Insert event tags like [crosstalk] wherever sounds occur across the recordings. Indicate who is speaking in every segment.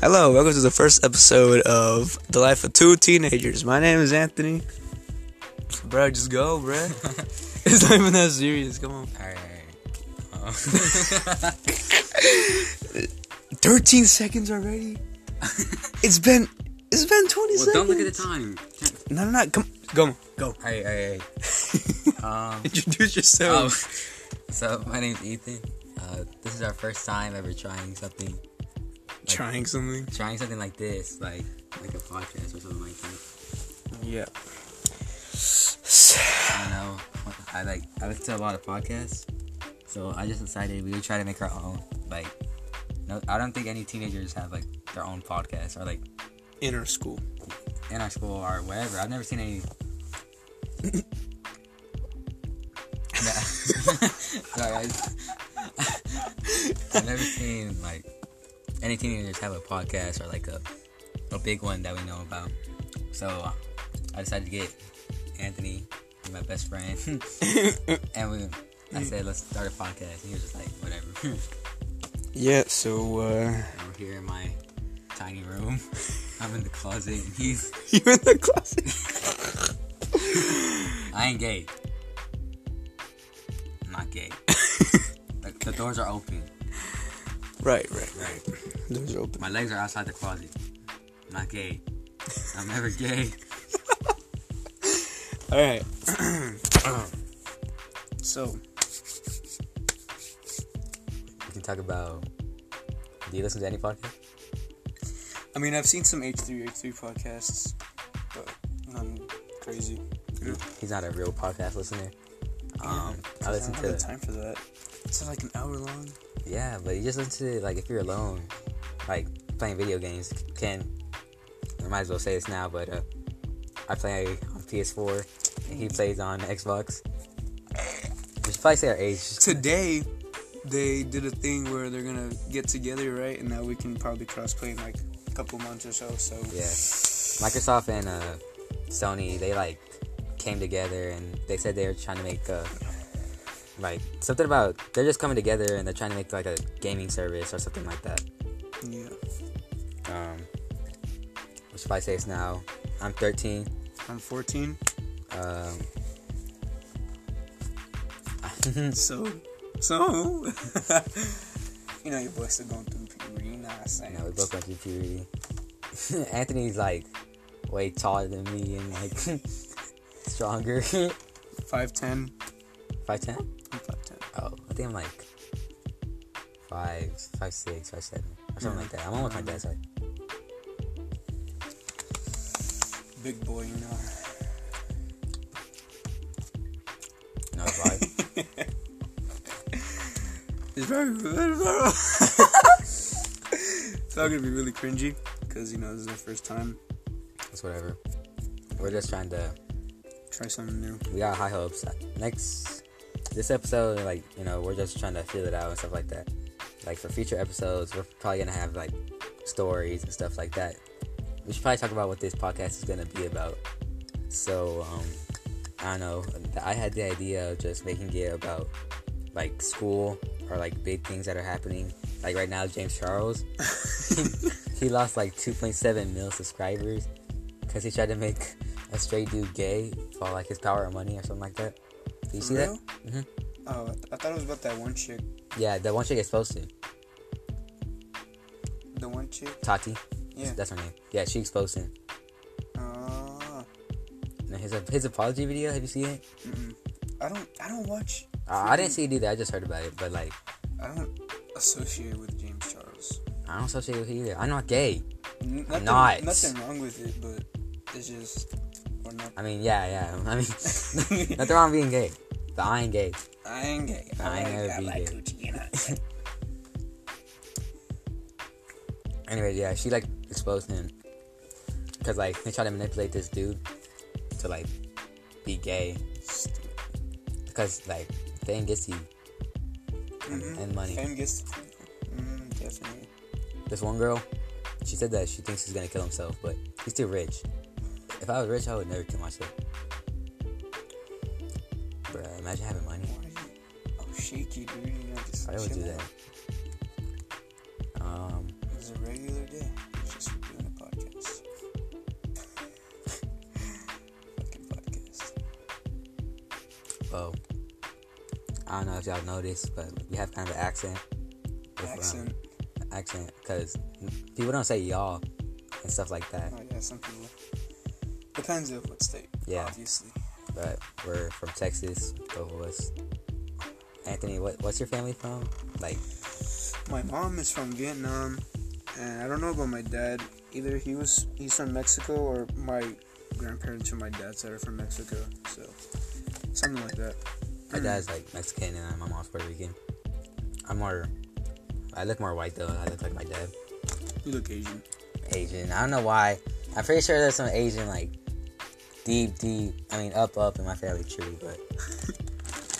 Speaker 1: Hello, welcome to the first episode of The Life of Two Teenagers. My name is Anthony. Bro, just go,
Speaker 2: [laughs]
Speaker 1: bro. [laughs] it's not even that serious. Come on.
Speaker 2: Alright.
Speaker 1: 13 seconds
Speaker 2: [laughs]
Speaker 1: already? it's been it's been 20
Speaker 2: Well,
Speaker 1: seconds.
Speaker 2: don't look at the time.
Speaker 1: No, no, no. Come go. Go.
Speaker 2: Hey, hey, hey. Um,
Speaker 1: [laughs] Introduce
Speaker 2: um,
Speaker 1: yourself.
Speaker 2: [laughs] so my name's Ethan. Uh, this is our first time ever trying something,
Speaker 1: Trying something.
Speaker 2: Oh. trying something like this, like like a podcast or something like that.
Speaker 1: Yeah.
Speaker 2: You know, I like I listen to a lot of podcasts, so I just decided we would try to make our own. Like, no, I don't think any teenagers have like their own podcast or like
Speaker 1: Inner school.
Speaker 2: in our school or wherever. I've never seen any. No. Sorry, I [laughs] have never seen like any teenagers have a podcast or like a a big one that we know about. So uh, I decided to get Anthony, he's my best friend, and we. I said, let's start a podcast. And he was just like, whatever. [laughs] and
Speaker 1: Yeah, so uh [laughs]
Speaker 2: we're here in my tiny room. [laughs] I'm in the closet. And he's,
Speaker 1: you in the closet.
Speaker 2: [laughs] I ain't gay. I'm not [laughs] gay. the, the doors are open.
Speaker 1: Right, right.
Speaker 2: Right.
Speaker 1: Doors open.
Speaker 2: My legs are outside the closet. I'm not gay. I'm never [laughs] gay. [clears throat]
Speaker 1: Alright.
Speaker 2: Um,
Speaker 1: so
Speaker 2: We can talk about. Do you listen to any podcast?
Speaker 1: I mean, I've seen some H3H3 podcasts, but none crazy.
Speaker 2: He's not a real podcast listener. Um, I listen
Speaker 1: don't
Speaker 2: to.
Speaker 1: have the time for that. It's like an hour long.
Speaker 2: Yeah, but you just listen to like if you're alone, like playing video games. Can I might as well say this now, but uh, I play on PS4 and he plays on Xbox. We should probably say our age.
Speaker 1: Today, they did a thing where they're gonna get together, right? And now we can probably crossplay in like a couple months or so. So
Speaker 2: Yeah, Microsoft and uh, Sony they like came together and they said they were trying to make uh, like something about they're just coming together and they're trying to make like a gaming service or something like that.
Speaker 1: yeah.
Speaker 2: Um, we should probably say this now. I'm 13.
Speaker 1: I'm 14,
Speaker 2: Um, [laughs] Hmm.
Speaker 1: so so [laughs] you know your boy's still going through puberty. You know what I'm saying?
Speaker 2: No, we both went through puberty. [laughs] Anthony's like way taller than me and like [laughs] stronger. [laughs]
Speaker 1: 5'10.
Speaker 2: Five ten?
Speaker 1: I'm 5'10.
Speaker 2: Oh, I think I'm like five, five six, five seven, or something like that. I'm almost my dad's height.
Speaker 1: Big boy, you know.
Speaker 2: No, five.
Speaker 1: It's [laughs] very good, bro. it's all gonna be really cringy because you know this is the first time.
Speaker 2: it's whatever. We're just trying to.
Speaker 1: Try something new.
Speaker 2: We got high hopes. Next, this episode, like you know, we're just trying to feel it out and stuff like that. Like for future episodes, we're probably gonna have like stories and stuff like that. We should probably talk about what this podcast is gonna be about. So, um, I don't know. I had the idea of just making it about like school or like big things that are happening. Like right now, James Charles, he lost like 2.7 mil subscribers because he tried to make a straight dude gay for like his power of money or something like that. Do you see that? Mhm.
Speaker 1: Oh, I, th- I thought it was about that one chick.
Speaker 2: Yeah, the one chick is posted.
Speaker 1: The one chick.
Speaker 2: Tati.
Speaker 1: Yeah.
Speaker 2: That's her name. Yeah, she exposed him.
Speaker 1: Ah.
Speaker 2: And his his apology video, have you seen it?
Speaker 1: mm-mm. I don't. I don't watch.
Speaker 2: Uh, I didn't see it either. I just heard about it. But like,
Speaker 1: I don't associate with James Charles.
Speaker 2: I don't associate with it either. I'm not gay.
Speaker 1: N- nothing,
Speaker 2: not.
Speaker 1: Nothing wrong with it, but it's just. We're not. [laughs]
Speaker 2: I mean, yeah, yeah. [laughs] I mean, nothing wrong with being gay. But I ain't gay.
Speaker 1: I ain't gay.
Speaker 2: I
Speaker 1: I,
Speaker 2: ain't
Speaker 1: like,
Speaker 2: never
Speaker 1: I
Speaker 2: be
Speaker 1: like
Speaker 2: gay.
Speaker 1: coochie.
Speaker 2: [laughs]
Speaker 1: You know. what I'm saying?
Speaker 2: Anyway, yeah, she like exposed him because like they tried to manipulate this dude to like be gay
Speaker 1: Stupid.
Speaker 2: because like fame gets you and,
Speaker 1: Mhm.
Speaker 2: and money.
Speaker 1: Fame gets. to people. Mm, definitely.
Speaker 2: This one girl, she said that she thinks he's gonna kill himself, but he's too rich. If I was rich, I would never kill myself. Bruh, imagine having money.
Speaker 1: Why are you? Oh, shaky, dude. You know, just
Speaker 2: I would
Speaker 1: chill
Speaker 2: do
Speaker 1: out.
Speaker 2: that. Um,
Speaker 1: It's a regular day. [laughs]
Speaker 2: I don't know if y'all noticed, but we have kind of an accent. If, um,
Speaker 1: accent.
Speaker 2: accent, because people don't say y'all and stuff like that.
Speaker 1: Oh yeah, some people. Depends of what state.
Speaker 2: Yeah.
Speaker 1: Obviously.
Speaker 2: But we're from Texas, both of us. Anthony, what, what's your family from? Like,
Speaker 1: My mom is from Vietnam, and I don't know about my dad. Either he was he's from Mexico, or my grandparents from my dad's side are from Mexico. So something like that.
Speaker 2: my dad's like Mexican and my mom's Puerto Rican. I'm more, I look more white though. I look like my dad.
Speaker 1: You look Asian. [laughs]
Speaker 2: Asian. I don't know why. I'm pretty sure there's some Asian like deep, deep. I mean, up, up in my family tree, but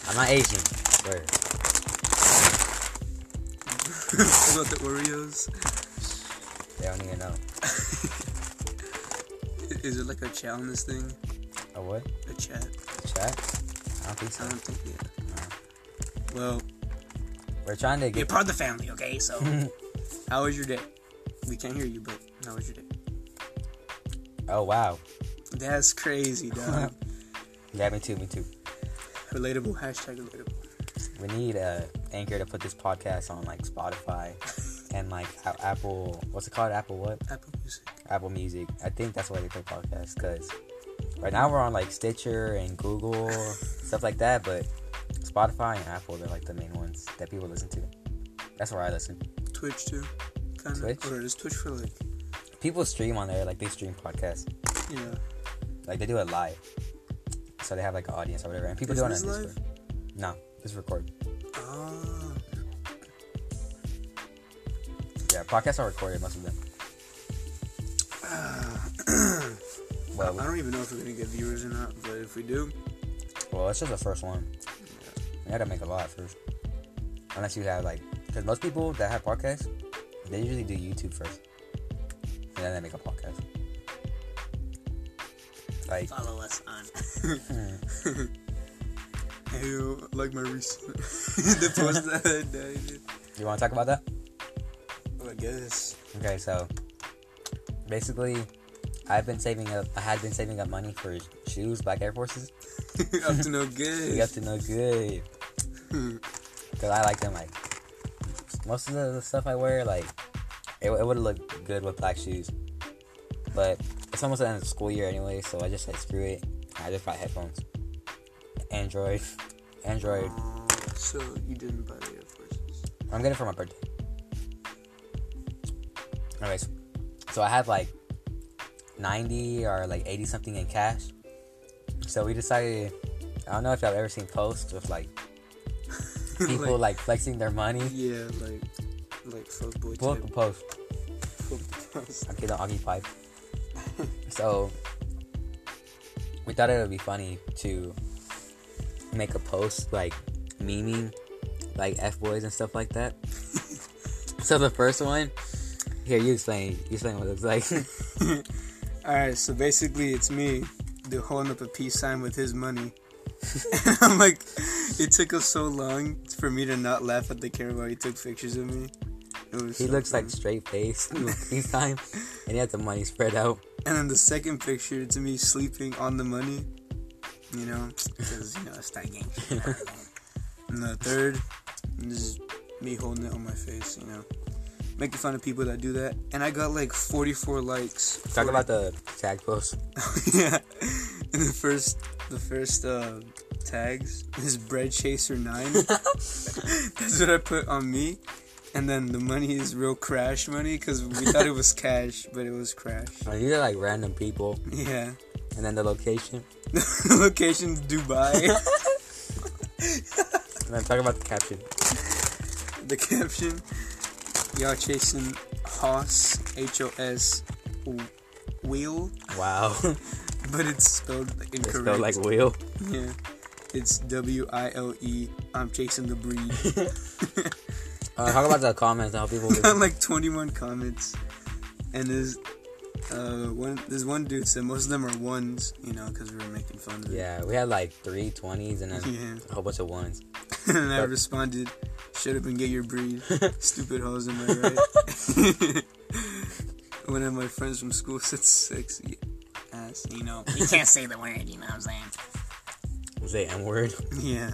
Speaker 2: I'm not Asian. Where?
Speaker 3: about the Oreos.
Speaker 2: They don't even know.
Speaker 3: I- Is it like a chat on this thing?
Speaker 2: A what?
Speaker 3: A chat?
Speaker 2: Chat? I don't think
Speaker 3: I
Speaker 2: so.
Speaker 3: don't think yeah. Well,
Speaker 2: We're trying to
Speaker 3: you're
Speaker 2: get.
Speaker 3: part of the family, okay?
Speaker 1: [laughs]
Speaker 3: So, how was your day? We can't hear you, but how was your day?
Speaker 2: Oh wow.
Speaker 3: That's crazy, dog.
Speaker 2: Yeah, me too. Me
Speaker 3: [laughs]
Speaker 2: too.
Speaker 3: relatable. Hashtag relatable.
Speaker 2: We need uh, Anchor to put this podcast on like Spotify and like A- Apple. What's it called? Apple what?
Speaker 3: Apple Music.
Speaker 2: Apple Music. I think that's why they play podcasts because right now we're on like Stitcher and Google stuff like that, but Spotify and Apple they're like the main ones that people listen to. That's where I listen.
Speaker 3: Twitch too. Kind
Speaker 2: Twitch?
Speaker 3: of. Or is Twitch for like?
Speaker 2: People stream on there, like they stream podcasts,
Speaker 3: Yeah.
Speaker 2: like they do it live, so they have like an audience or whatever. And people
Speaker 3: Is
Speaker 2: do it on
Speaker 3: this live?
Speaker 2: Discord. No, this is recorded.
Speaker 3: Ah.
Speaker 2: Yeah, podcasts are recorded most
Speaker 3: [clears throat]
Speaker 2: of them. well,
Speaker 1: I don't even know if we're gonna get viewers or not, but if we do,
Speaker 2: Well, it's just the first one. You gotta make a lot first. Unless you have like, because most people that have podcasts, they usually do YouTube first, and then they make a podcast. Like,
Speaker 3: Follow us
Speaker 1: [laughs]
Speaker 3: on. Hmm.
Speaker 1: ew, like
Speaker 3: [laughs]
Speaker 1: my recent the post that I did.
Speaker 2: you want to talk about that?
Speaker 3: Oh,
Speaker 1: I guess.
Speaker 2: Okay, so basically, I've been saving up. I had been saving up money for shoes, black Air Forces.
Speaker 1: [laughs] Up
Speaker 3: [laughs]
Speaker 1: to no
Speaker 2: You
Speaker 1: good.
Speaker 2: have to know good, because I like them. Like most of the stuff I wear, like it, it would have looked good with black shoes, but it's almost the end of the school year anyway, so I just like screw it. I just bought headphones, Android, Android.
Speaker 1: Oh, so you didn't buy the Air Forces.
Speaker 2: I'm getting it for my birthday. Anyways, so I have like 90 or like 80 something in cash. So we decided, I don't know if y'all ever seen posts with like
Speaker 1: [laughs]
Speaker 2: people like, flexing their money.
Speaker 1: Yeah, like like fuckboy
Speaker 2: Pull up
Speaker 1: type.
Speaker 2: the post.
Speaker 1: [laughs] post.
Speaker 2: Okay, the Augie pipe. so we thought it would be funny to make a post like memeing like F boys and stuff
Speaker 1: [laughs]
Speaker 2: like that. so the first one here you explain you explain what it looks like. [laughs]
Speaker 1: Alright, so basically it's me the holding up a peace sign with his money. [laughs] and I'm like, it took us so long for me to not laugh at the camera while he took pictures of me. It was
Speaker 2: he
Speaker 1: so
Speaker 2: looks
Speaker 1: funny.
Speaker 2: like straight [laughs] faced
Speaker 1: [laughs]
Speaker 2: peace time and he had the money spread out.
Speaker 1: And then the second picture, it's me sleeping on the money. You know, because, you know, it's not
Speaker 2: [laughs]
Speaker 1: gang shit. and the third, this is me holding it on my face, you know. Making fun of people that do that. And I got like 44 likes.
Speaker 2: Talk about the tag post.
Speaker 1: yeah. And [laughs] the first, the first, uh, tags is Bread Chaser
Speaker 2: [laughs]
Speaker 1: 9. That's what I put on me. And then the money is real crash money because we thought it
Speaker 2: [laughs]
Speaker 1: was cash, but it was crash.
Speaker 2: Like, These are like random people
Speaker 1: Yeah. [laughs]
Speaker 2: and then the location.
Speaker 1: Location's
Speaker 2: [laughs]
Speaker 1: Dubai.
Speaker 2: And then talk about the caption.
Speaker 1: the caption. Y'all chasing Hoss, H O S, w- wheel,
Speaker 2: Wow. [laughs]
Speaker 1: but it's spelled incorrect.
Speaker 2: it's spelled like wheel.
Speaker 1: yeah. It's W I L E. I'm chasing the breed.
Speaker 2: Uh, talk about the comments and how people
Speaker 1: [laughs] Got like 21 comments, and there's uh one. There's one dude said most of them are ones, you know, because we were making fun of it.
Speaker 2: Yeah, we had like three 20s and then
Speaker 1: Yeah.
Speaker 2: a whole bunch of ones.
Speaker 1: [laughs] and I
Speaker 2: But-
Speaker 1: responded, "Shut up and get your
Speaker 2: [laughs]
Speaker 1: breed, stupid hoes." Am I right? [laughs] One of my friends from school [laughs] said sexy ass. You know,
Speaker 3: You can't say the word. You know what I'm saying?
Speaker 2: Was it M word?
Speaker 1: yeah.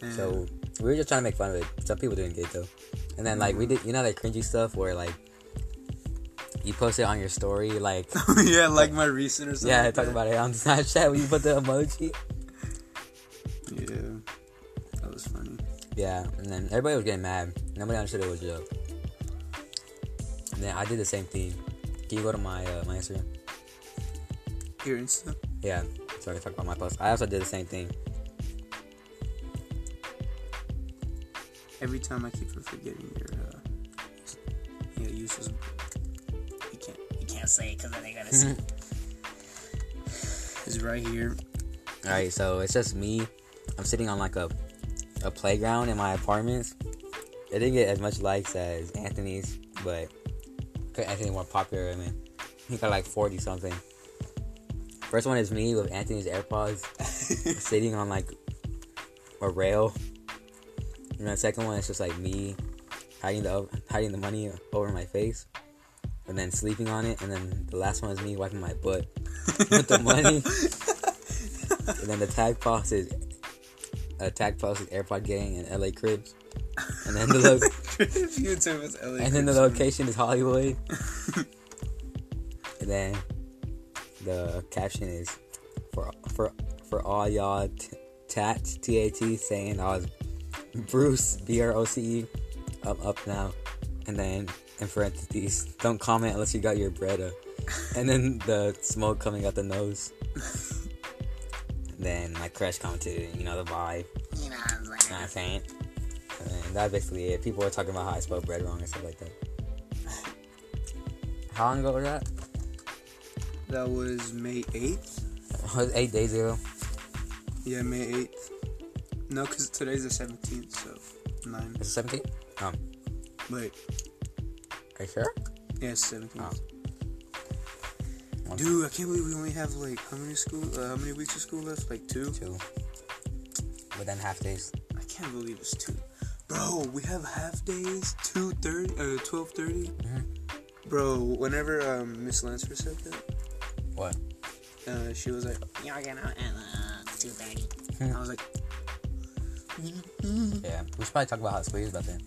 Speaker 1: And
Speaker 2: So we were just trying to make fun of it. Some people didn't get it though. And then like we did, you know that cringy stuff where like you post it on your story,
Speaker 1: [laughs]
Speaker 2: like
Speaker 1: [laughs] yeah, like my recent or something.
Speaker 2: yeah,
Speaker 1: like
Speaker 2: talk
Speaker 1: that.
Speaker 2: about it on [laughs] Snapchat when you put the emoji.
Speaker 1: Yeah, that was funny.
Speaker 2: Yeah, and then everybody was getting mad. Nobody understood it was a joke. And then I did the same thing. Can you go to my uh, my Instagram?
Speaker 1: Here Insta.
Speaker 2: Yeah, so I can talk about my post. I also did the same thing.
Speaker 1: Every time I keep forgetting your uh, yeah uses. You can't you can't say it because then they gotta see. It's right here. [laughs]
Speaker 2: All right, so it's just me. I'm sitting on like a a playground in my apartment. It didn't get as much likes as Anthony's, but 'cause Anthony more popular. I mean, he got like 40 something. First one is me with Anthony's AirPods sitting on like a rail. And then the second one is just like me hiding the hiding the money over my face, and then sleeping on it. And then the last one is me wiping my butt with the money. And then the tag post is a tag post is AirPod Gang and LA Cribs. And then the lo-
Speaker 1: YouTube is LA.
Speaker 2: and then the
Speaker 1: Crimson.
Speaker 2: location is Hollywood. and then the caption is for for for all y'all t- tat T A T saying I was Bruce B R O C E. I'm up now. And then in parentheses, don't comment unless you got your bread up. And then the smoke coming out the nose. then my crush commented, you know the vibe.
Speaker 1: You know what I'm
Speaker 2: You know
Speaker 1: saying?
Speaker 2: what I'm saying? And that's basically it. People were talking about how I spelled bread wrong and stuff like that. How long ago was that? [laughs]
Speaker 1: That was May 8th.
Speaker 2: It was eight days ago.
Speaker 1: Yeah, May 8th. No, because today's the 17th, so 9.
Speaker 2: Is it 17? Um,
Speaker 1: Wait,
Speaker 2: are you sure?
Speaker 1: yeah, it's 17th.
Speaker 2: Oh, One,
Speaker 1: Dude, I can't believe we only have like how many school, uh, how many weeks of school left? Like two.
Speaker 2: two. But then half days.
Speaker 1: I can't believe it's two. Bro, we have half days, two thirty, uh, twelve Bro, whenever um Miss Lancer said that,
Speaker 2: What?
Speaker 1: uh, she was like, "Y'all getting out at uh, 2.30. I was like,
Speaker 2: Yeah. We should probably talk about how school is about then.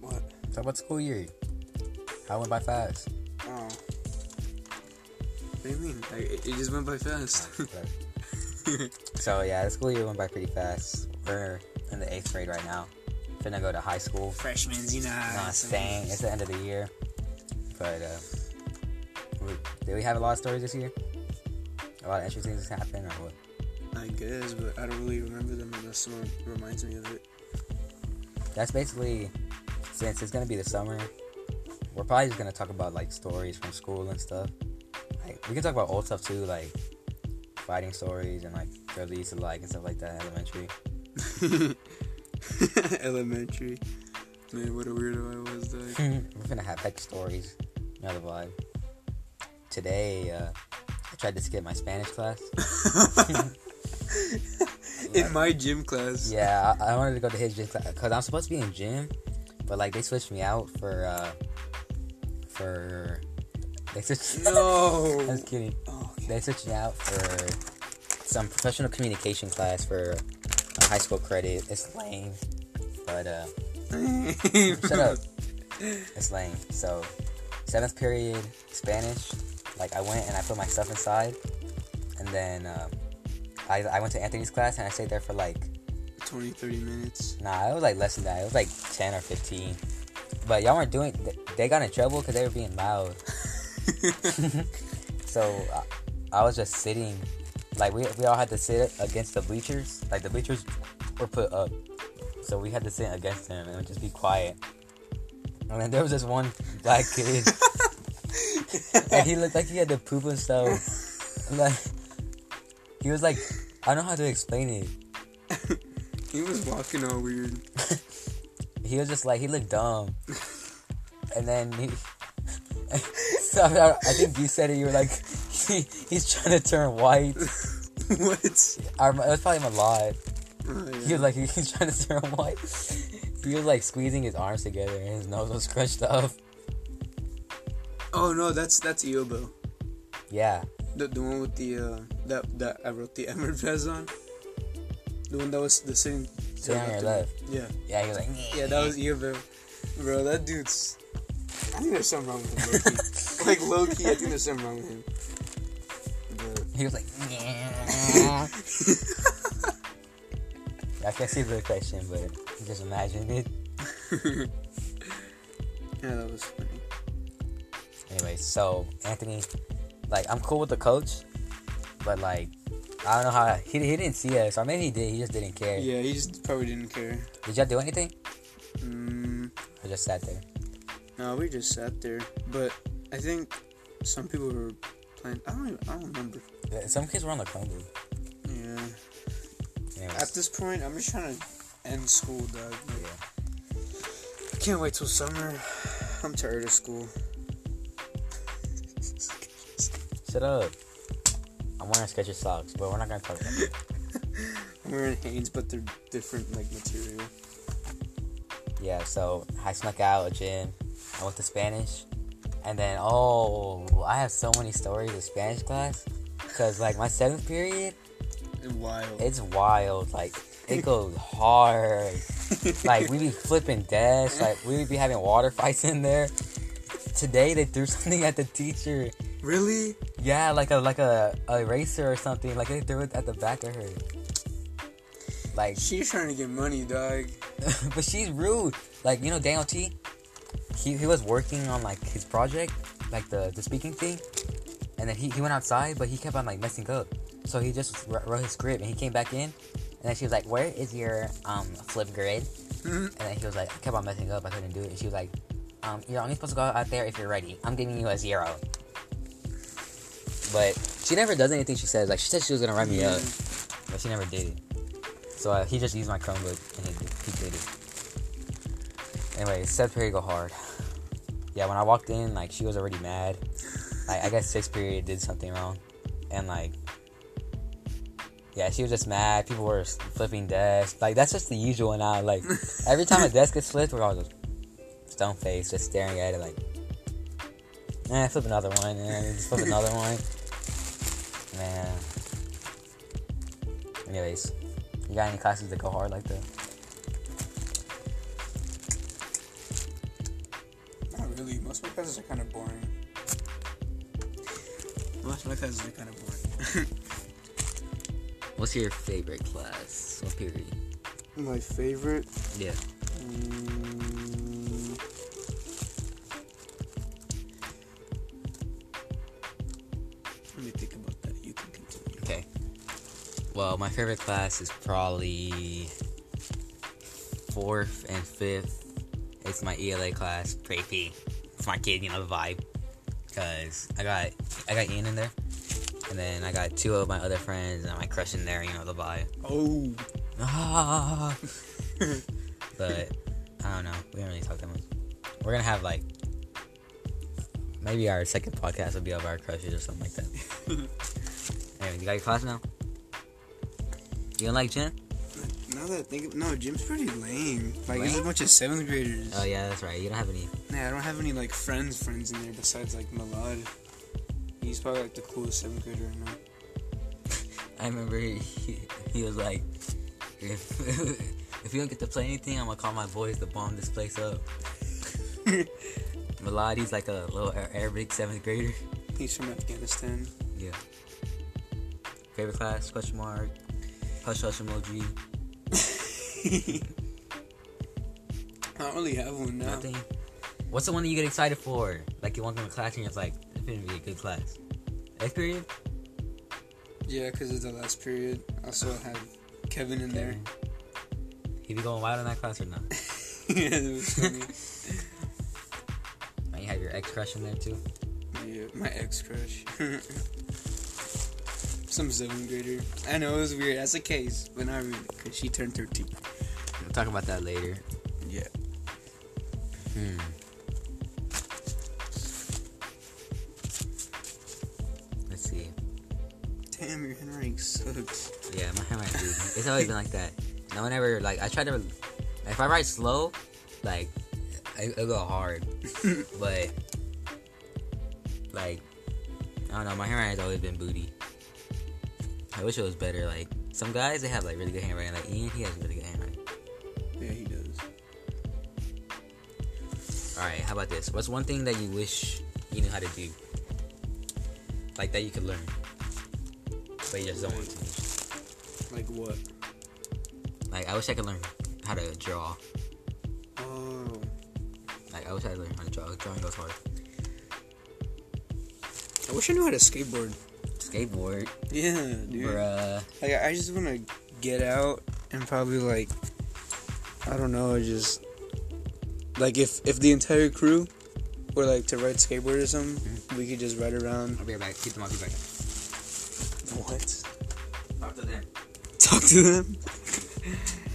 Speaker 1: "What?
Speaker 2: Talk about school year. How it went by fast.
Speaker 1: Oh, what do you mean? Like, it, it just went by fast." [laughs]
Speaker 2: so yeah, the school year went by pretty fast. We're in the eighth grade right now. Finna go to high school.
Speaker 1: Freshmen's, you know.
Speaker 2: You know what I'm saying? It's the end of the year. But uh, we, did we have a lot of stories this year? A lot of interesting things happened, or what?
Speaker 1: I guess, but I don't really remember them unless someone reminds me of it.
Speaker 2: That's basically since it's gonna be the summer. We're probably just gonna talk about like stories from school and stuff. Like we can talk about old stuff too, like fighting stories and like girls we used to like and stuff like that in elementary. [clears throat]
Speaker 1: [laughs] Elementary. Man, what a weirdo I was. Like.
Speaker 2: [laughs] We're gonna have heck stories. You know the vibe. Today, uh, I tried to skip my Spanish class.
Speaker 1: in my gym class.
Speaker 2: Yeah, I, I wanted to go to his gym because I'm supposed to be in gym, but like they switched me out for uh for they switched. [laughs] I
Speaker 1: No.
Speaker 2: was kidding.
Speaker 1: Oh, okay.
Speaker 2: They switched me out for some professional communication class for uh, high school credit. It's lame, but uh, shut up. It's lame. So seventh period Spanish. Like I went and I put my stuff inside, and then um, I I went to Anthony's class and I stayed there for like
Speaker 1: 20, 30 minutes.
Speaker 2: Nah, it was like less than that. It was like 10 or 15. But y'all weren't doing th- they got in trouble because they were being loud. so I, I was just sitting. Like, we, we all had to sit against the bleachers. Like, the bleachers were put up. So we had to sit against them and just be quiet. And then there was this one black kid. and he looked like he had to poop himself. Like, he was like, I don't know how to explain it.
Speaker 1: He was walking all weird. [laughs]
Speaker 2: he was just like he looked dumb and then he [laughs] so I, I think you said it you were like [laughs] he, he's trying to turn white
Speaker 1: what?
Speaker 2: I, rem- it was probably Malad
Speaker 1: Oh, yeah.
Speaker 2: he was like [laughs] he's trying to turn white he was like squeezing his arms together and his nose was crushed up
Speaker 1: oh no, that's that's Iobo.
Speaker 2: yeah
Speaker 1: The, the one with the uh, that that I wrote the [laughs] Emmerfest on. The one that was the sitting.
Speaker 2: Sitting on your
Speaker 1: after-
Speaker 2: left.
Speaker 1: Yeah,
Speaker 2: Yeah, he was like,
Speaker 1: yeah, that was you, bro. Bro, that dude's. I think there's something wrong
Speaker 2: [laughs]
Speaker 1: with him. [laughs] Loki. [laughs] like low key, I think there's something wrong with him. But
Speaker 2: He was like, yeah. I can't see the question, but just imagine it.
Speaker 1: [laughs] yeah, that was funny.
Speaker 2: Anyway, so Anthony, like, I'm cool with the coach, but like, I don't know how he, he didn't see us, or maybe he did. He just didn't care.
Speaker 1: Yeah, he just probably didn't care.
Speaker 2: Did y'all do anything?
Speaker 1: Mm,
Speaker 2: Or just sat there?
Speaker 1: no, we just sat there. But I think some people were playing. I don't. Even, I don't remember.
Speaker 2: Yeah, Some kids were on the phone. dude.
Speaker 1: Yeah. At
Speaker 2: Anyways,
Speaker 1: this point, I'm just trying to end school, dog. Like,
Speaker 2: yeah.
Speaker 1: I can't wait till summer. I'm tired of school.
Speaker 2: Shut up. I'm wearing Skechers socks, but we're not gonna talk about [laughs] it.
Speaker 1: I'm wearing Hanes, but they're different, like material.
Speaker 2: Yeah, so I snuck out a gym. I went to Spanish. And then, oh, I have so many stories of Spanish class. Because, like, my seventh period,
Speaker 1: And wild.
Speaker 2: it's wild. Like, it goes hard. Like, we be flipping desks. Like, we be having water [laughs] fights in there. Today, they threw [laughs] something at the teacher.
Speaker 1: really?
Speaker 2: Yeah, like a like a, a eraser or something. Like, they threw it at the back of her. Like, [laughs]
Speaker 1: She's trying to get money, dog.
Speaker 2: but she's rude. Like you know, Daniel T. He, he was working on like his project, like the the speaking thing, and then he, he went outside, but he kept on like messing up. So he just wr- wrote his script, and he came back in, and then she was like, "Where is your um Flipgrid?" And then he was like, "I kept on messing up. I couldn't do it." And she was like, "Um, you're only supposed to go out there if you're ready. I'm giving you a zero. But she never does anything she says. Like she said she was gonna write me up, but she never did. So uh, he just used my Chromebook and he, did- he did it. Anyway, seventh period go hard. Yeah, when I walked in, like she was already mad. Like I guess sixth period did something wrong, and like, yeah, she was just mad. People were s- flipping desks. Like that's just the usual now. Like every time a desk gets flipped, we're all just stone faced, just staring at it. Like, eh, flip another one, and just flip another one. Man. Anyways, you got any classes that go hard like that?
Speaker 1: Not really. Most of my classes are kind of boring. Most of my classes are kind of boring.
Speaker 2: What's your favorite class? What period?
Speaker 1: my favorite.
Speaker 2: Yeah.
Speaker 1: Mm, Let me think about that. You can continue.
Speaker 2: Okay. Well, my favorite class is probably fourth and fifth. It's my ELA class, pre P. It's my kid, you know, the vibe. Cause I got I got Ian in there, and then I got two of my other friends and my crush in there, you know, the vibe.
Speaker 1: Oh,
Speaker 2: [laughs] Ah. but I don't know. We don't really talk that much. We're gonna have like maybe our second podcast will be of our crushes or something like that. [laughs] anyway, you got your class now? You don't like gym?
Speaker 1: now that I think, of- no, Jim's pretty lame. Like it's a
Speaker 2: Lame?
Speaker 1: bunch of seventh graders.
Speaker 2: Oh yeah, that's right. You don't have any.
Speaker 1: Nah, I don't have any like friends, friends in there besides like Malad. He's probably like the coolest seventh grader I know.
Speaker 2: I remember he, he, he was like, if [laughs] if you don't get to play anything, I'm gonna call my boys to bomb this place [laughs] up. Melodi's like a little Ar- Arabic seventh grader.
Speaker 1: He's from Afghanistan.
Speaker 2: Yeah. Favorite class? Question mark. Hush hush emoji.
Speaker 1: I don't really have one now.
Speaker 2: Nothing. What's the one that you get excited for? Like you walk into class and you're like, "It's gonna be a good class." Eighth period.
Speaker 1: Yeah, because of the last period. Also, I had Kevin in there. [laughs]
Speaker 2: He be going wild in that class or not?
Speaker 1: yeah, that was funny.
Speaker 2: Man, you have your ex crush in there too.
Speaker 1: yeah, my ex crush. [laughs] Some seventh grader. I know it was weird. That's a case, but not really, because she turned 13.
Speaker 2: We'll talk about that later.
Speaker 1: Yeah.
Speaker 2: Hmm. Let's see.
Speaker 1: Damn, your handwriting sucks.
Speaker 2: Yeah, my handwriting, dude. It's always been like that. No one ever like I try to. If I write slow, like I, it'll go hard. but like I I don't know. My handwriting has always been booty. I wish it was better. Like some guys, they have like really good handwriting. Like Ian, he has really good handwriting.
Speaker 1: Yeah, he does.
Speaker 2: All right, how about this? What's one thing that you wish you knew how to do? Like that you could learn, but you just don't want to.
Speaker 1: Like what?
Speaker 2: Like I wish I could learn how to draw.
Speaker 1: Oh,
Speaker 2: Like I wish I could learn how to draw. Drawing goes hard.
Speaker 3: I wish I knew how to skateboard.
Speaker 2: Skateboard,
Speaker 1: yeah, dude.
Speaker 2: bruh.
Speaker 1: Like I I just want to get out and probably like I don't know, just like if if the entire crew were like to ride skateboard or something, we could just ride around.
Speaker 2: I'll be right back. Keep the monkey back.
Speaker 1: What? [laughs]
Speaker 2: Talk to them.
Speaker 3: Talk to them.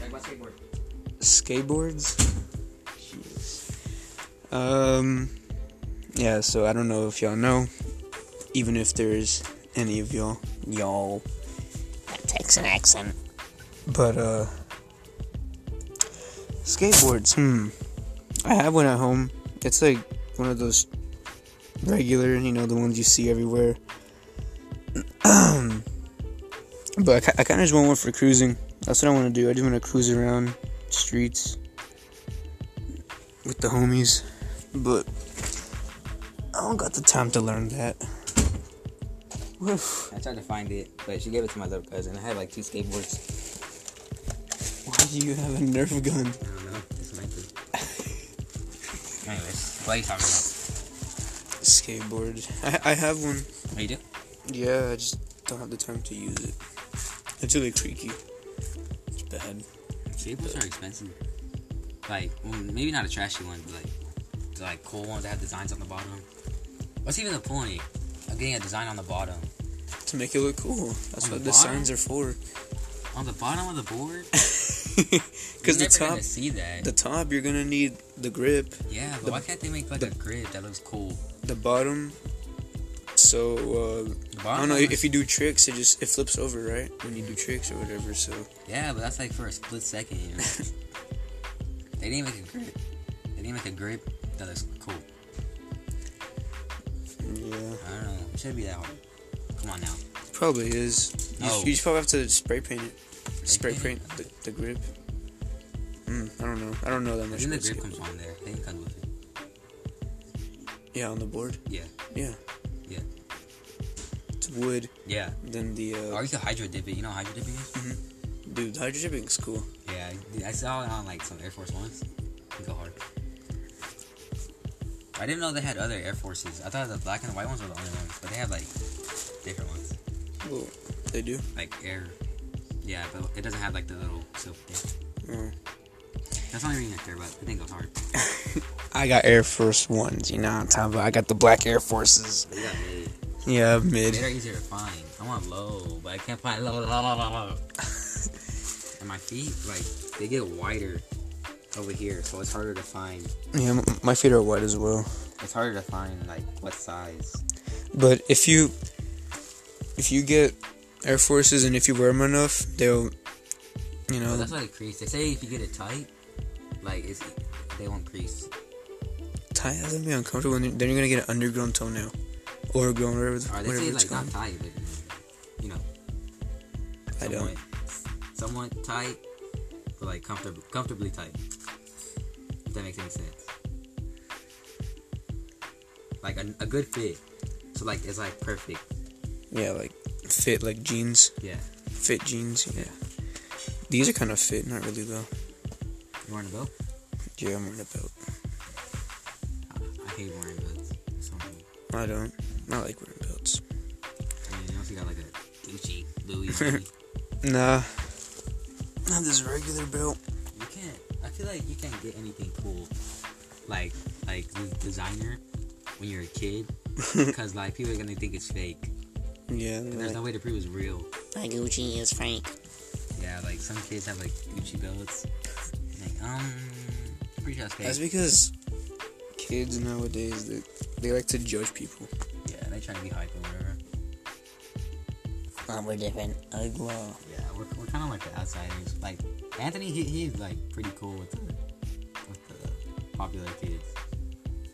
Speaker 2: Like my skateboard.
Speaker 3: Skateboards. Jeez. Um.
Speaker 1: Yeah. So I don't know if y'all know, even if there's any of y'all, y'all
Speaker 4: Texan accent.
Speaker 1: But uh skateboards, hmm. I have one at home. It's like one of those regular, you know, the ones you see everywhere. but I, ki- I kind of just want one for cruising. That's what I want to do. I just want to cruise around streets with the homies. But I don't got the time to learn that. Woof.
Speaker 2: I tried to find it, but she gave it to my little cousin. I had like two skateboards.
Speaker 1: Why do you have a Nerf gun?
Speaker 2: I don't know. This might be. [laughs] Anyways, what are you talking about?
Speaker 1: Skateboard. I, I have one.
Speaker 2: What you do?
Speaker 1: Yeah, I just don't have the time to use it. It's really creaky. It's bad.
Speaker 2: Skateboards are expensive. Like, well, maybe not a trashy one, but like, the, like cool ones that have designs on the bottom. What's even the point of getting a design on the bottom?
Speaker 1: To make it look cool. That's
Speaker 2: On
Speaker 1: what the,
Speaker 2: the bottom?
Speaker 1: signs are for.
Speaker 2: On the bottom of the [laughs] board?
Speaker 1: Because the
Speaker 2: You're never
Speaker 1: top,
Speaker 2: gonna see that.
Speaker 1: the top, you're gonna need the grip.
Speaker 2: yeah, but
Speaker 1: the-
Speaker 2: why can't they make like
Speaker 1: the-
Speaker 2: a grid that looks cool?
Speaker 1: The bottom. So uh,
Speaker 2: The
Speaker 1: I
Speaker 2: bottom
Speaker 1: don't know
Speaker 2: one looks-
Speaker 1: if you do tricks, it just it flips over, right? When you do tricks or whatever. So
Speaker 2: Yeah, but that's like for a split second. [laughs] You know? they didn't make a grip. They didn't make a grip that looks cool.
Speaker 1: yeah,
Speaker 2: I don't know. It should be that hard. Come on now.
Speaker 1: probably is. You,
Speaker 2: No.
Speaker 1: you just probably have to spray paint it. Spray
Speaker 2: Oh. paint
Speaker 1: paint
Speaker 2: it?
Speaker 1: the, the grip. Mm, I don't know. I don't know that
Speaker 2: I
Speaker 1: much.
Speaker 2: think the
Speaker 1: about
Speaker 2: grip
Speaker 1: skateboarding.
Speaker 2: comes on there. I think it comes with it.
Speaker 1: Yeah, on the board.
Speaker 2: Yeah.
Speaker 1: Yeah.
Speaker 2: Yeah.
Speaker 1: It's wood.
Speaker 2: Yeah.
Speaker 1: Then the uh,
Speaker 2: Or you could hydro dip it. You know what hydro dipping is?
Speaker 1: dude, the hydro dipping's cool.
Speaker 2: Yeah. I- I saw it on like some Air Force ones. You go hard. I didn't know they had other Air Forces. I thought the black and the white ones were the only ones, but they have like different ones.
Speaker 1: Well, they do.
Speaker 2: Like air. Yeah, but it doesn't have like the little silk thing.
Speaker 1: Oh.
Speaker 2: That's the only reason I care about. it. I think it goes hard.
Speaker 1: I got Air Force Ones, you know, on top of I got the black Air Forces.
Speaker 2: They got mid.
Speaker 1: Yeah,
Speaker 2: Mid
Speaker 1: mid.
Speaker 2: are easier to find. I want low, but I can't find low, low, low, low, low. and my feet, like, they get wider over here, so it's harder to find.
Speaker 1: Yeah, m- my feet are wet as well.
Speaker 2: It's harder to find like what size.
Speaker 1: But if you if you get Air Forces and if you wear them enough, they'll you
Speaker 2: But
Speaker 1: know
Speaker 2: that's why they crease. They say if you get it tight, like it's they won't crease.
Speaker 1: tie that's gonna be uncomfortable. And then you're gonna get an undergrown toenail or a grown whatever, the-
Speaker 2: Or they
Speaker 1: whatever
Speaker 2: say
Speaker 1: it's
Speaker 2: like
Speaker 1: called.
Speaker 2: not tight, but you know.
Speaker 1: I don't.
Speaker 2: somewhat- Somewhat tight, but like comfortable, comfortably tight. If that makes any sense. Like a, a good fit. So like it's like perfect.
Speaker 1: Yeah, like fit like jeans,
Speaker 2: Yeah.
Speaker 1: fit jeans. Yeah, these are kind of fit, not really though.
Speaker 2: You wearing a belt?
Speaker 1: Yeah, I'm wearing a belt.
Speaker 2: I hate wearing belts. So, I
Speaker 1: I don't. I like wearing belts.
Speaker 2: mean, unless you got like a Gucci,
Speaker 1: [laughs]
Speaker 2: Louis. Vuitton.
Speaker 1: Nah. Not this regular belt.
Speaker 2: you can't. I feel like you can't get anything cool, like like the designer, when you're a kid, because like people are gonna think it's fake.
Speaker 1: [laughs] Yeah.
Speaker 2: And there's no way to prove it's real.
Speaker 4: My Gucci is fake.
Speaker 2: Yeah, like some kids have like Gucci belts. Like, um, I'm pretty sure that's fake.
Speaker 1: That's because kids nowadays they, they like to judge people.
Speaker 2: yeah, they try to be hype or whatever.
Speaker 4: Oh, we're different. I glow.
Speaker 2: Yeah, we're, we're kind of like the outsiders. Like Anthony, he, he's like pretty cool with the with the popular kids.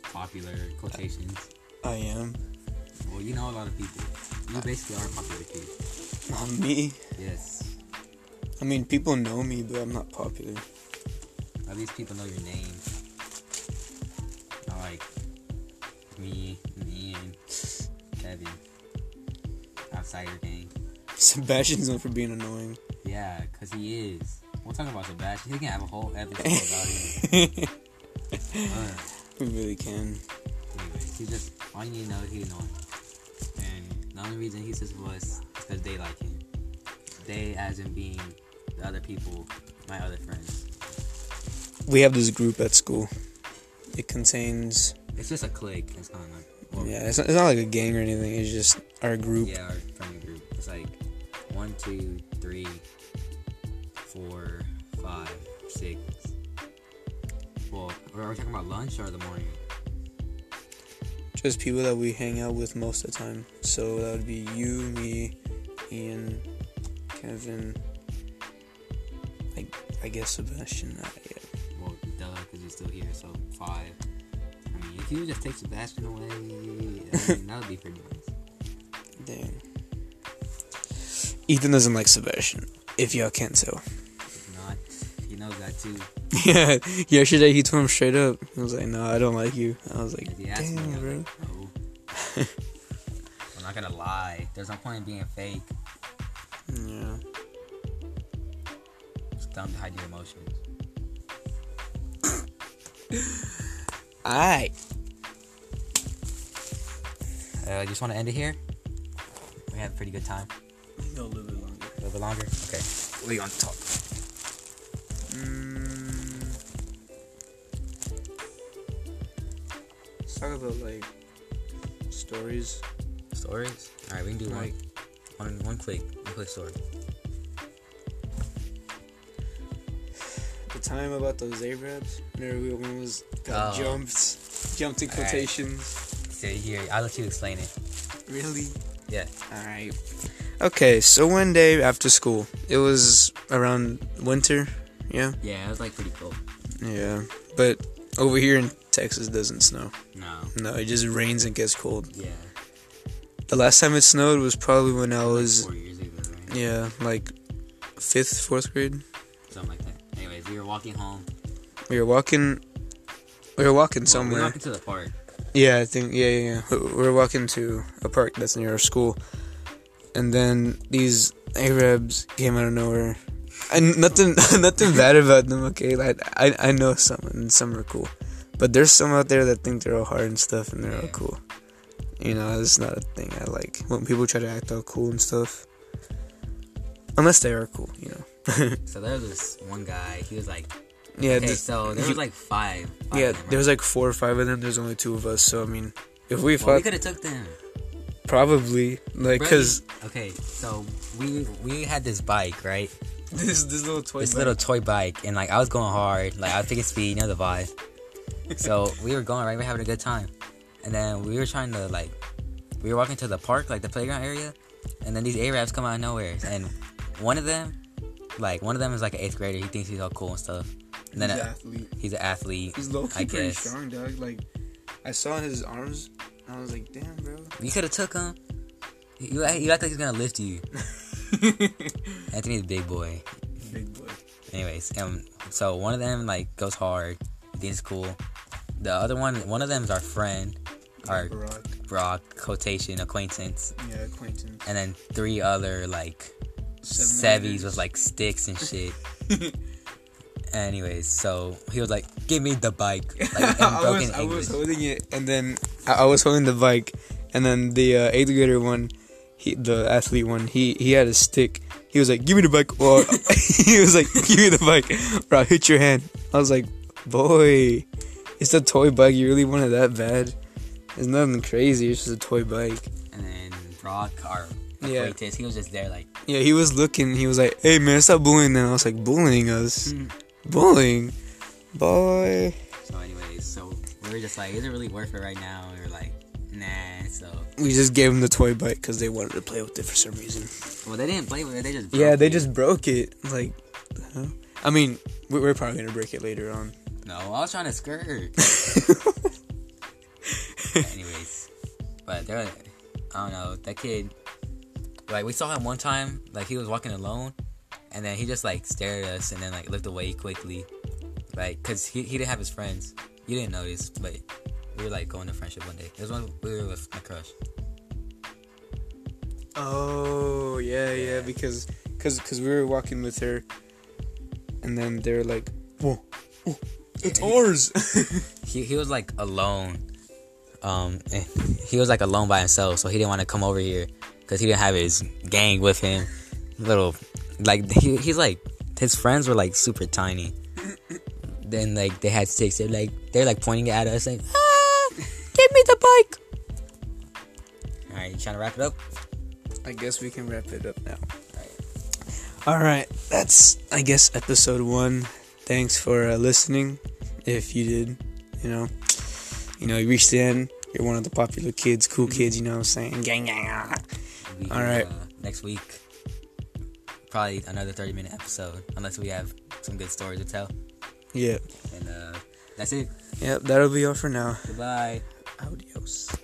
Speaker 2: Popular quotations.
Speaker 1: I am.
Speaker 2: Well, you know a lot of people. You basically are a popular kid.
Speaker 1: Not me.
Speaker 2: Yes.
Speaker 1: I mean, people know me, but I'm not popular.
Speaker 2: At least people know your name. Not like me, and Ian, Kevin, outsider gang.
Speaker 1: Sebastian's known for being annoying.
Speaker 2: Yeah, cause he is. We'll talk about Sebastian. He can have a whole episode about him.
Speaker 1: we
Speaker 2: Ugh.
Speaker 1: really can.
Speaker 2: Anyways, he just all you need to know is he annoying. And the only reason he's just was because they like him. They as in being the other people, my other friends.
Speaker 1: We have this group at school. It contains.
Speaker 2: It's just a clique. It's not like well,
Speaker 1: Yeah, it's not, it's not like a gang or anything. It's just our group.
Speaker 2: yeah, our friend group. It's like one, two, three, four, five, six. Well, are we talking about lunch or the morning?
Speaker 1: Just people that we hang out with most of the time. So that would be you, me, Ian, Kevin. I, I guess Sebastian. I,
Speaker 2: Well, duh, because you're still here, so five. I mean, if you just take Sebastian away, I mean, that would be pretty nice.
Speaker 1: Dang. Ethan doesn't like Sebastian, if y'all can't tell.
Speaker 2: not. You know that too.
Speaker 1: [laughs] yeah, yesterday he told him straight up. He was like, no, I don't like you. I was like,
Speaker 2: If you ask me,
Speaker 1: damn,
Speaker 2: I'm
Speaker 1: bro.
Speaker 2: like, no. I'm not gonna lie. There's no point in being fake.
Speaker 1: Yeah.
Speaker 2: It's dumb to hide your emotions.
Speaker 1: Alright.
Speaker 2: Uh, you just want to end it here. We had a pretty good time.
Speaker 1: Go a little bit longer.
Speaker 2: A little bit longer. Okay. What you gonna talk?
Speaker 1: Mm, let's talk about, like, stories.
Speaker 2: Stories. All right, we can do
Speaker 1: Like-
Speaker 2: one, one, one click, one click story.
Speaker 1: The time about those Arabs, whenever we when we was got
Speaker 2: Oh.
Speaker 1: jumped, jumped in
Speaker 2: All right.
Speaker 1: quotations.
Speaker 2: So here, I'll let you explain it.
Speaker 1: Really?
Speaker 2: Yeah.
Speaker 1: Alright. Okay, so one day after school, it was around winter, yeah?
Speaker 2: Yeah, it was like pretty cool.
Speaker 1: Yeah. But over here in Texas doesn't snow.
Speaker 2: No.
Speaker 1: No, it just rains and gets cold.
Speaker 2: Yeah.
Speaker 1: The last time it snowed was probably when I was
Speaker 2: Four years ago, right?
Speaker 1: yeah, like fifth, fourth grade.
Speaker 2: Something like that. Anyways, we were walking home.
Speaker 1: We were walking we were walking
Speaker 2: Well, We
Speaker 1: somewhere.
Speaker 2: walked into the park.
Speaker 1: Yeah, I think yeah, yeah, yeah. We were walking to a park that's near our school, and then these Arabs came out of nowhere. And nothing, [laughs] nothing bad about them. Okay, like I, I know some, and some are cool, but there's some out there that think they're all hard and stuff, and they're all
Speaker 2: Yeah.
Speaker 1: cool. You know, it's not a thing I like when people try to act all cool and stuff. Unless they are cool, you know.
Speaker 2: So there was this one guy. He was like,
Speaker 1: yeah.
Speaker 2: okay,
Speaker 1: this-
Speaker 2: so there
Speaker 1: you-
Speaker 2: was like five. five
Speaker 1: yeah.
Speaker 2: of them, right?
Speaker 1: There was like four or five of them. There's only two of us, so I mean, if we
Speaker 2: Well, we
Speaker 1: fought,
Speaker 2: could have took them.
Speaker 1: Probably, like,
Speaker 2: Bro,
Speaker 1: cause
Speaker 2: okay, so we we had this bike, right?
Speaker 1: [laughs] this this little toy.
Speaker 2: This little toy bike, and like I was going hard, like I was picking speed, you know the vibe. So we were going, right? We were having a good time, and then we were trying to like, we were walking to the park, like the playground area, and then these Arabs come out of nowhere, and one of them, like one of them is like an eighth grader. He thinks he's all cool and stuff. And then
Speaker 1: he's
Speaker 2: uh,
Speaker 1: an athlete.
Speaker 2: he's an athlete.
Speaker 1: He's low
Speaker 2: I
Speaker 1: key pretty
Speaker 2: guess.
Speaker 1: strong, dog. Like, I saw his arms, and I was like, damn,
Speaker 2: [laughs]
Speaker 1: bro.
Speaker 2: You could have took him. You, act- you act like he's gonna lift you. Anthony's a big boy.
Speaker 1: Big boy.
Speaker 2: Anyways, um, so one of them like goes hard, thinks cool. The other one, one of them is our friend, our
Speaker 1: Barack.
Speaker 2: Brock quotation acquaintance,
Speaker 1: Yeah, acquaintance.
Speaker 2: and then three other like
Speaker 1: Seven
Speaker 2: sevies with like sticks and
Speaker 1: [laughs]
Speaker 2: shit. Anyways, so he was like, "Give me the bike,"
Speaker 1: [laughs]
Speaker 2: like in
Speaker 1: I was
Speaker 2: broken
Speaker 1: I was
Speaker 2: English.
Speaker 1: holding it, and then I, I was holding the bike, and then the uh, eighth grader one, he the athlete one, he he had a stick. He was like, "Give me the bike," or [laughs] he was like, "Give me the bike," bro. Hit your hand. I was like, "Boy, it's a toy bike. You really wanted that bad? It's nothing crazy. It's just a toy bike."
Speaker 2: And then Brock, our
Speaker 1: Yeah.
Speaker 2: acquaintance, he was just there like,
Speaker 1: Yeah, he was looking. He was like, "Hey man, stop bullying." Then I was like, "Bullying us, bullying, boy."
Speaker 2: So, anyways, so we were just like, is it really worth it right now? We were like, nah. So,
Speaker 1: We just gave him the toy bike because they wanted to play with it for some reason.
Speaker 2: well, they didn't play with it. They just
Speaker 1: Yeah,
Speaker 2: broke
Speaker 1: they
Speaker 2: it.
Speaker 1: just broke it. Like, huh? I mean, we- we're probably gonna break it later on.
Speaker 2: No, I was trying
Speaker 1: [laughs]
Speaker 2: to skirt. Anyways, but they're I don't know. That kid, like we saw him one time, like he was walking alone, and then he just like stared at us and then like looked away quickly, like cause he, he didn't have his friends. You didn't notice, but we were like going to friendship one day. There's one we were with my crush.
Speaker 1: Oh yeah, yeah, because because because we were walking with her, and then they were like, "Whoa, whoa, it's [laughs] ours!"
Speaker 2: he, he was like alone um and he was like alone by himself so he didn't want to come over here because he didn't have his gang with him little like he, he's like his friends were like super tiny then like they had sticks they're like they're like pointing at us like ah, give me the bike all right you trying to wrap it up
Speaker 1: I guess we can wrap it up now.
Speaker 2: Alright.
Speaker 1: All right, that's I guess episode one. Thanks for uh, listening. If you did, you know, you know, you reached the end. You're one of the popular kids, cool kids. You know what I'm saying? Gang, gang. ah.
Speaker 2: We-
Speaker 1: All right.
Speaker 2: uh, next week probably another 30 minute episode unless we have some good stories to tell
Speaker 1: Yep,
Speaker 2: and uh that's it
Speaker 1: yep. That'll be all for now.
Speaker 2: goodbye
Speaker 1: Adios.